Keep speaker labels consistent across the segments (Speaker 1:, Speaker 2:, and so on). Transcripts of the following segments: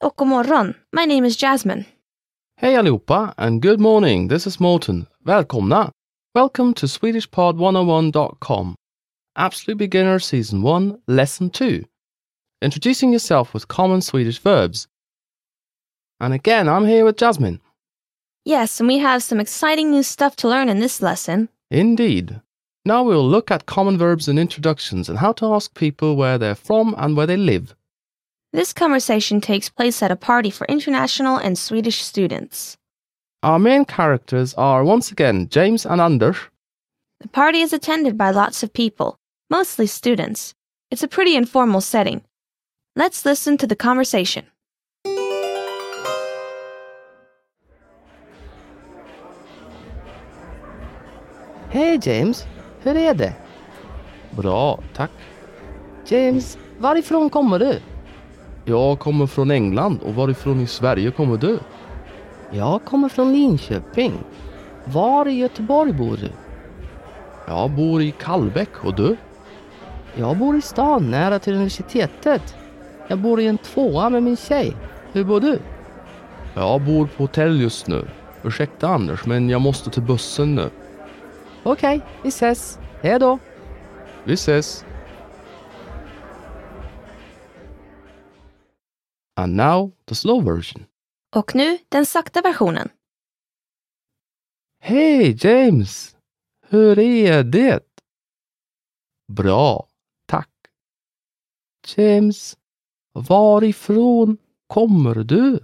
Speaker 1: och god morgon. My name is Jasmine.
Speaker 2: Hej allihopa and good morning, this is Morten. Välkomna! Welcome to SwedishPod101.com. Absolute Beginner Season 1, Lesson 2. Introducing yourself with common Swedish verbs. And again, I'm here with Jasmine.
Speaker 1: Yes, and we have some exciting new stuff to learn in this lesson.
Speaker 2: Indeed. Now we will look at common verbs and introductions and how to ask people where they're from and where they live.
Speaker 1: This conversation takes place at a party for international and Swedish students.
Speaker 2: Our main characters are once again James and Anders.
Speaker 1: The party is attended by lots of people, mostly students. It's a pretty informal setting. Let's listen to the conversation.
Speaker 3: Hej James, hur är det?
Speaker 2: Bra, tack.
Speaker 3: James, varifrån kommer du?
Speaker 2: Jag kommer från England och varifrån i Sverige kommer du?
Speaker 3: Jag kommer från Linköping. Var i Göteborg bor du?
Speaker 2: Jag bor i Kallbäck och du?
Speaker 3: Jag bor i stan nära till universitetet. Jag bor i en tvåa med min tjej. Hur bor du?
Speaker 2: Jag bor på hotell just nu. Ursäkta Anders, men jag måste till bussen nu.
Speaker 3: Okej, vi ses. Hej då.
Speaker 2: Vi ses! And now the slow version.
Speaker 1: Och nu den sakta versionen.
Speaker 2: Hej James! Hur är det? Bra, tack. James, varifrån kommer du?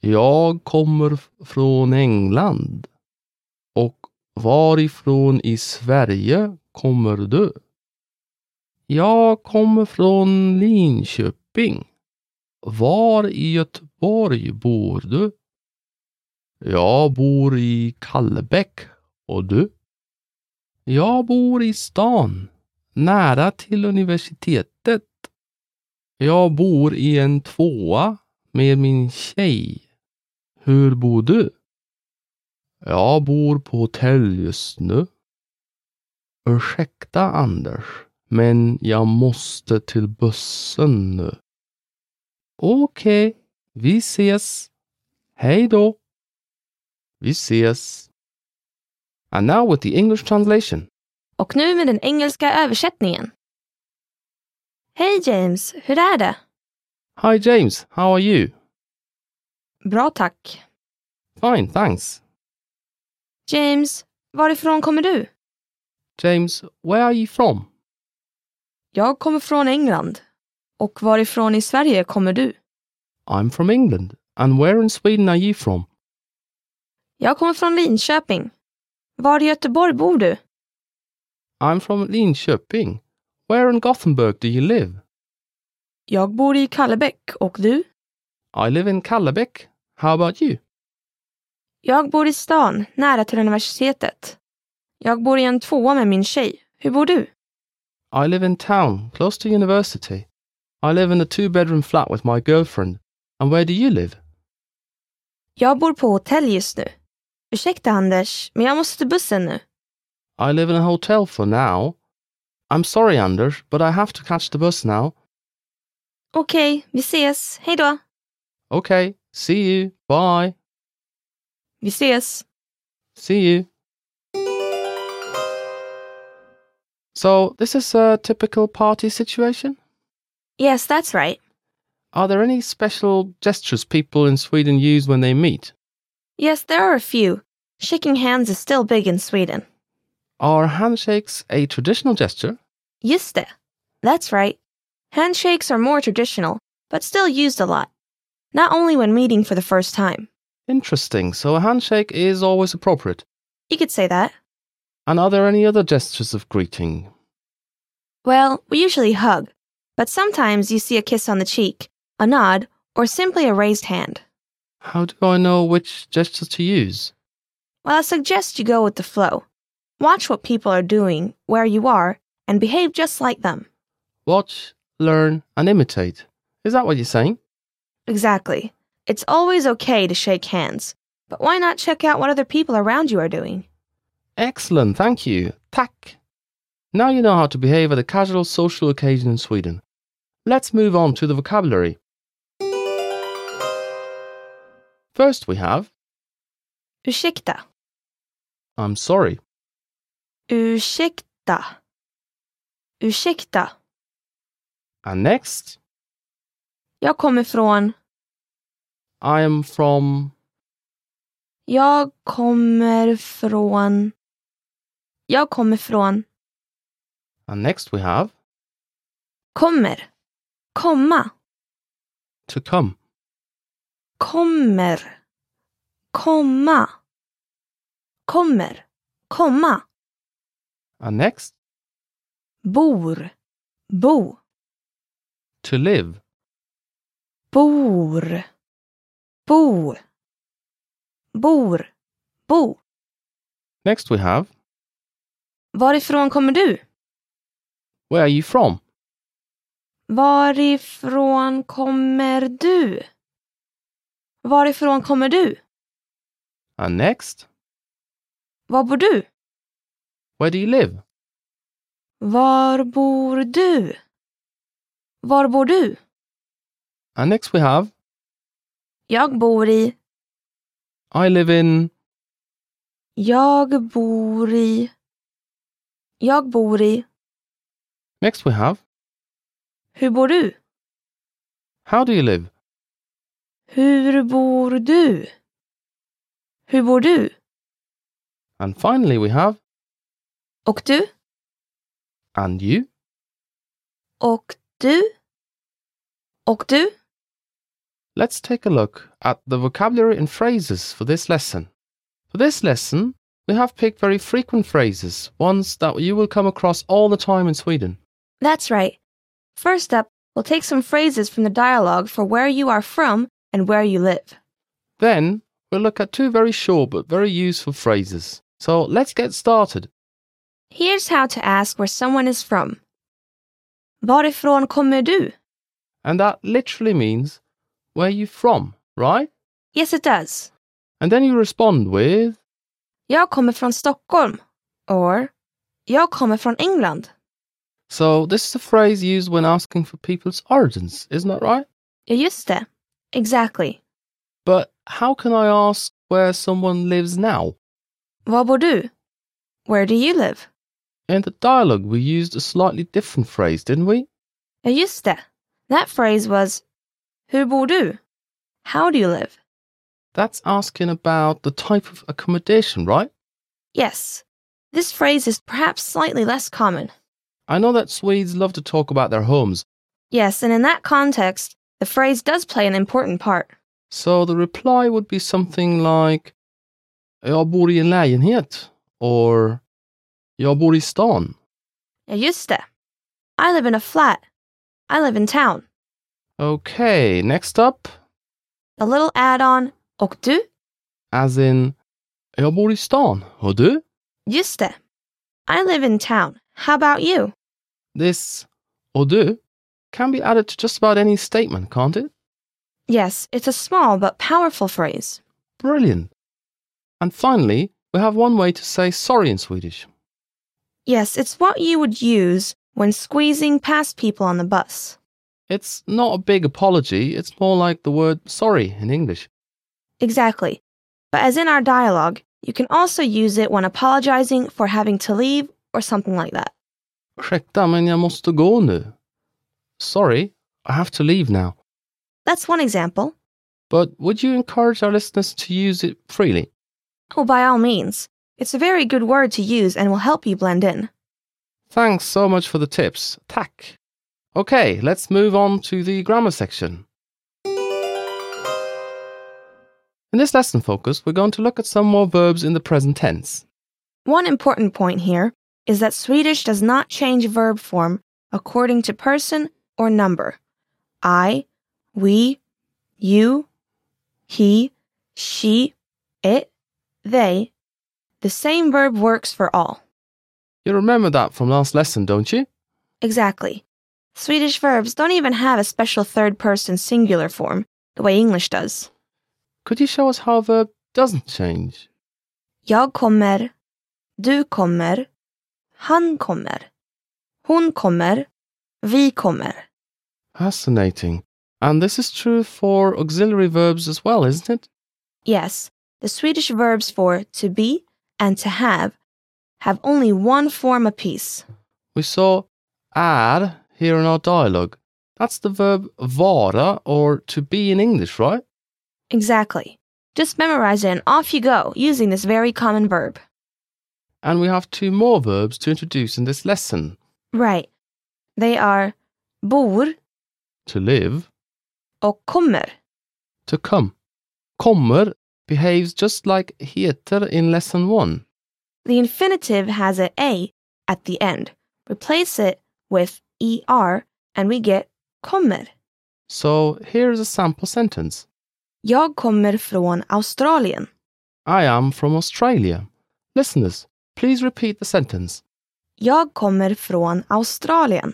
Speaker 2: Jag kommer f- från England. Och varifrån i Sverige kommer du? Jag kommer från Linköping. Var i Göteborg bor du? Jag bor i Kallebäck. Och du? Jag bor i stan, nära till universitetet. Jag bor i en tvåa med min tjej. Hur bor du? Jag bor på hotell just nu. Ursäkta Anders, men jag måste till bussen nu. Okej, vi ses. Hej då. Vi ses. And now with the English translation.
Speaker 1: Och nu med den engelska översättningen. Hej James, hur är det?
Speaker 2: Hi James, how are you?
Speaker 1: Bra tack.
Speaker 2: Fine, thanks.
Speaker 1: James, varifrån kommer du?
Speaker 2: James, where are you from?
Speaker 1: Jag kommer från England. Och varifrån i Sverige kommer du?
Speaker 2: I'm from England. And where in Sweden are you from?
Speaker 1: Jag kommer från Linköping. Var i Göteborg bor du?
Speaker 2: I'm from Linköping. Where in Gothenburg do you live?
Speaker 1: Jag bor i Kallebäck och du?
Speaker 2: I live in Kallebäck. How about you?
Speaker 1: Jag bor i stan, nära till universitetet. Jag bor i en tvåa med min tjej. Hur bor du?
Speaker 2: I live in town, close to university. I live in a two bedroom flat with my girlfriend. And where do you live?
Speaker 1: Jag bor på hotell just nu. Ursäkta Anders, men jag måste till bussen nu.
Speaker 2: I live in a hotel for now. I'm sorry, Anders, but I have to catch the bus now.
Speaker 1: Okej, vi ses. Hej då.
Speaker 2: Okay, see you. Bye.
Speaker 1: Vi ses.
Speaker 2: See you. So, this is a typical party situation.
Speaker 1: Yes, that's right.
Speaker 2: Are there any special gestures people in Sweden use when they meet?
Speaker 1: Yes, there are a few. Shaking hands is still big in Sweden.
Speaker 2: Are handshakes a traditional gesture?
Speaker 1: Just det. That's right. Handshakes are more traditional, but still used a lot. Not only when meeting for the first time.
Speaker 2: Interesting, so a handshake is always appropriate.
Speaker 1: You could say that.
Speaker 2: And are there any other gestures of greeting?
Speaker 1: Well, we usually hug, but sometimes you see a kiss on the cheek, a nod, or simply a raised hand.
Speaker 2: How do I know which gesture to use?
Speaker 1: Well, I suggest you go with the flow. Watch what people are doing, where you are, and behave just like them.
Speaker 2: Watch, learn, and imitate. Is that what you're saying?
Speaker 1: Exactly. It's always okay to shake hands, but why not check out what other people around you are doing?
Speaker 2: Excellent, thank you. Tack. Now you know how to behave at a casual social occasion in Sweden. Let's move on to the vocabulary. First we have
Speaker 1: Ursäkta.
Speaker 2: I'm sorry.
Speaker 1: Ursäkta. Ursäkta.
Speaker 2: And next,
Speaker 1: Jag kommer från...
Speaker 2: I am from
Speaker 1: Jag kommer från... Jag kommer från...
Speaker 2: and next we have
Speaker 1: Kommer. Komma.
Speaker 2: to come.
Speaker 1: Kommer. Komma. Kommer. Komma.
Speaker 2: And next,
Speaker 1: Bor. Bo.
Speaker 2: to live.
Speaker 1: Bor. Bo. Bor. Bo.
Speaker 2: Next we have
Speaker 1: Varifrån kommer du?
Speaker 2: where are you from?
Speaker 1: Varifrån kommer du? Varifrån kommer du?
Speaker 2: And next,
Speaker 1: Var bor du?
Speaker 2: where do you live?
Speaker 1: Var bor du? Var bor du?
Speaker 2: And next we have
Speaker 1: Jag bor i...
Speaker 2: I live in
Speaker 1: Jag bor i... Jag bor i...
Speaker 2: Next we have
Speaker 1: Hur bor du?
Speaker 2: how do you live?
Speaker 1: Hur bor du? Hur bor du?
Speaker 2: And finally we have
Speaker 1: Och du?
Speaker 2: and you.
Speaker 1: Och du? Och du?
Speaker 2: Let's take a look at the vocabulary and phrases for this lesson. For this lesson, we have picked very frequent phrases, ones that you will come across all the time in Sweden.
Speaker 1: That's right. First up, we'll take some phrases from the dialogue for where you are from and where you live.
Speaker 2: Then, we'll look at two very short but very useful phrases. So, let's get started.
Speaker 1: Here's how to ask where someone is from. Varifrån kommer du?
Speaker 2: And that literally means, where you from, right?
Speaker 1: Yes, it does.
Speaker 2: And then you respond with,
Speaker 1: Jag kommer från Stockholm. Or, jag kommer från England.
Speaker 2: so this is a phrase used when asking for people's origins, isn't that right?
Speaker 1: Ja, just det. Exactly.
Speaker 2: But how can I ask where someone lives now?
Speaker 1: Var bor du? Where do you live?
Speaker 2: In the dialogue, we used a slightly different phrase, didn't we?
Speaker 1: Ja, just det. That phrase was, hur bor du? How do you live?
Speaker 2: That's asking about the type of accommodation, right?
Speaker 1: Yes. This phrase is perhaps slightly less common.
Speaker 2: I know that Swedes love to talk about their homes,
Speaker 1: Yes, and in that context, the phrase does play an important part.
Speaker 2: so the reply would be something like Jag bor i en lägenhet or Jag bor i stan.
Speaker 1: Ja, just det. I live in a flat. I live in town.
Speaker 2: Okay, next up,
Speaker 1: A little add-on. Och du?
Speaker 2: as in Jag bor i stan, och du?
Speaker 1: Just det. I live in town. How about you?
Speaker 2: This och du can be added to just about any statement, can't it?
Speaker 1: Yes, it's a small but powerful phrase.
Speaker 2: Brilliant. And finally, we have one way to say sorry in Swedish.
Speaker 1: Yes, it's what you would use when squeezing past people on the bus.
Speaker 2: It's not a big apology, it's more like the word sorry in English.
Speaker 1: Exactly. But as in our dialogue, you can also use it when apologizing for having to leave or something like that.
Speaker 2: Ursäkta, men jag måste gå nu. Sorry, I have to leave now.
Speaker 1: That's one example.
Speaker 2: But would you encourage our listeners to use it freely?
Speaker 1: Oh, by all means. It's a very good word to use and will help you blend in.
Speaker 2: Thanks so much for the tips. Tack. Okay, let's move on to the grammar section. In this lesson focus, we're going to look at some more verbs in the present tense.
Speaker 1: One important point here is that Swedish does not change verb form according to person or number. I, we, you, he, she, it, they. The same verb works for all.
Speaker 2: You remember that from last lesson, don't you?
Speaker 1: Exactly. Swedish verbs don't even have a special third person singular form the way English does.
Speaker 2: Could you show us how a verb doesn't change?
Speaker 1: Jag kommer. Du kommer. Han kommer. Hon kommer. Vi kommer.
Speaker 2: Fascinating. And this is true for auxiliary verbs as well, isn't it?
Speaker 1: Yes, the Swedish verbs for to be and to have have only one form apiece.
Speaker 2: We saw är here in our dialogue. That's the verb vara or to be in English, right?
Speaker 1: Exactly. Just memorize it and off you go using this very common verb.
Speaker 2: And we have two more verbs to introduce in this lesson
Speaker 1: Right. They are bor
Speaker 2: to live,
Speaker 1: och kommer.
Speaker 2: to come. Kommer behaves just like heter in lesson one.
Speaker 1: The infinitive has a a at the end. Replace it with er and we get kommer.
Speaker 2: So here is a sample sentence
Speaker 1: Jag kommer från Australien.
Speaker 2: I am from Australia. Listeners, please repeat the sentence.
Speaker 1: Jag kommer från Australien.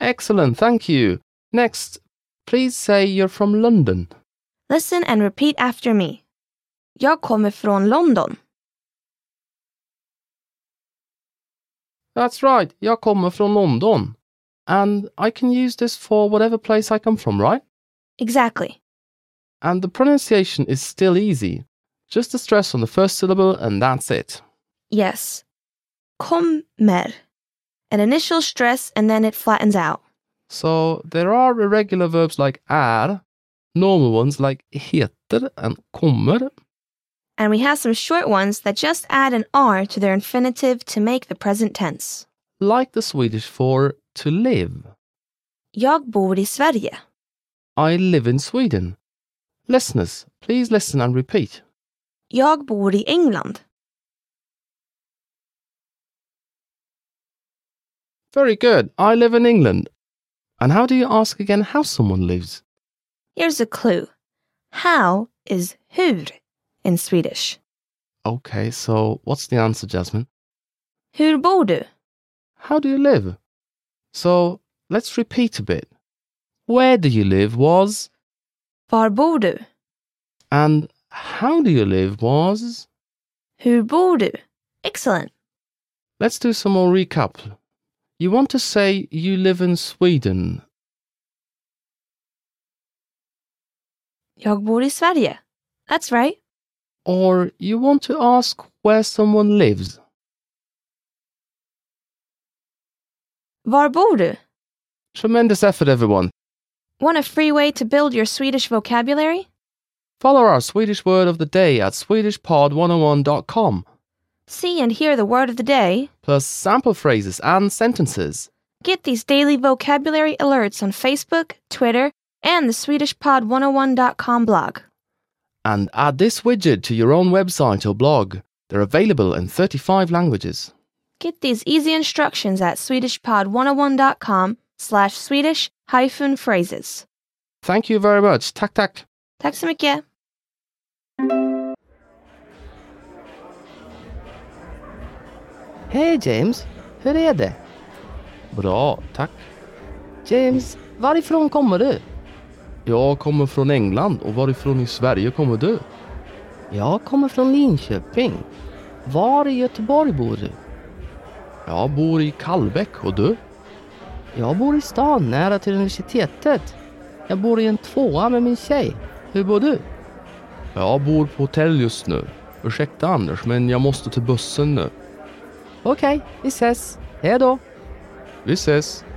Speaker 2: Excellent, thank you. Next, please say you're from London.
Speaker 1: Listen and repeat after me. Jag kommer från London.
Speaker 2: That's right, jag kommer från London. And I can use this for whatever place I come from, right?
Speaker 1: Exactly.
Speaker 2: And the pronunciation is still easy. Just the stress on the first syllable, and that's it.
Speaker 1: Yes. Kommer. An initial stress and then it flattens out.
Speaker 2: So there are irregular verbs like är, normal ones like heter and kommer,
Speaker 1: And we have some short ones that just add an R to their infinitive to make the present tense.
Speaker 2: like the Swedish for to live.
Speaker 1: Jag bor i Sverige.
Speaker 2: I live in Sweden. Listeners, please listen and repeat.
Speaker 1: Jag bor i England.
Speaker 2: Very good. I live in England. And how do you ask again how someone lives?
Speaker 1: Here's a clue. How is hur in Swedish.
Speaker 2: Okay, so what's the answer, Jasmine?
Speaker 1: Hur bor du?
Speaker 2: How do you live? So let's repeat a bit. Where do you live was,
Speaker 1: Var bor du?
Speaker 2: and how do you live was.
Speaker 1: Hur bor du? Excellent.
Speaker 2: Let's do some more recap. You want to say you live in Sweden.
Speaker 1: Jag bor i Sverige. That's right.
Speaker 2: or you want to ask where someone lives.
Speaker 1: Var bor du?
Speaker 2: Tremendous effort, everyone.
Speaker 1: Want a free way to build your Swedish vocabulary?
Speaker 2: Follow our Swedish word of the day at SwedishPod101.com,
Speaker 1: See and hear the word of the day.
Speaker 2: plus sample phrases and sentences.
Speaker 1: Get these daily vocabulary alerts on Facebook, Twitter, and the SwedishPod101.com blog.
Speaker 2: And add this widget to your own website or blog. They're available in 35 languages.
Speaker 1: Get these easy instructions at SwedishPod101.com slash Swedish hyphen phrases.
Speaker 2: Thank you very much. Tak tak.
Speaker 1: Tack så mycket.
Speaker 3: Hej James, hur är det?
Speaker 2: Bra, tack.
Speaker 3: James, varifrån kommer du?
Speaker 2: Jag kommer från England och varifrån i Sverige kommer du?
Speaker 3: Jag kommer från Linköping. Var i Göteborg bor du?
Speaker 2: Jag bor i Kallbäck och du?
Speaker 3: Jag bor i stan nära till universitetet. Jag bor i en tvåa med min tjej. Hur bor du?
Speaker 2: Jag bor på hotell just nu. Ursäkta Anders, men jag måste till bussen nu. é,
Speaker 3: Okej, vi ses. Hej då!
Speaker 2: Vi ses!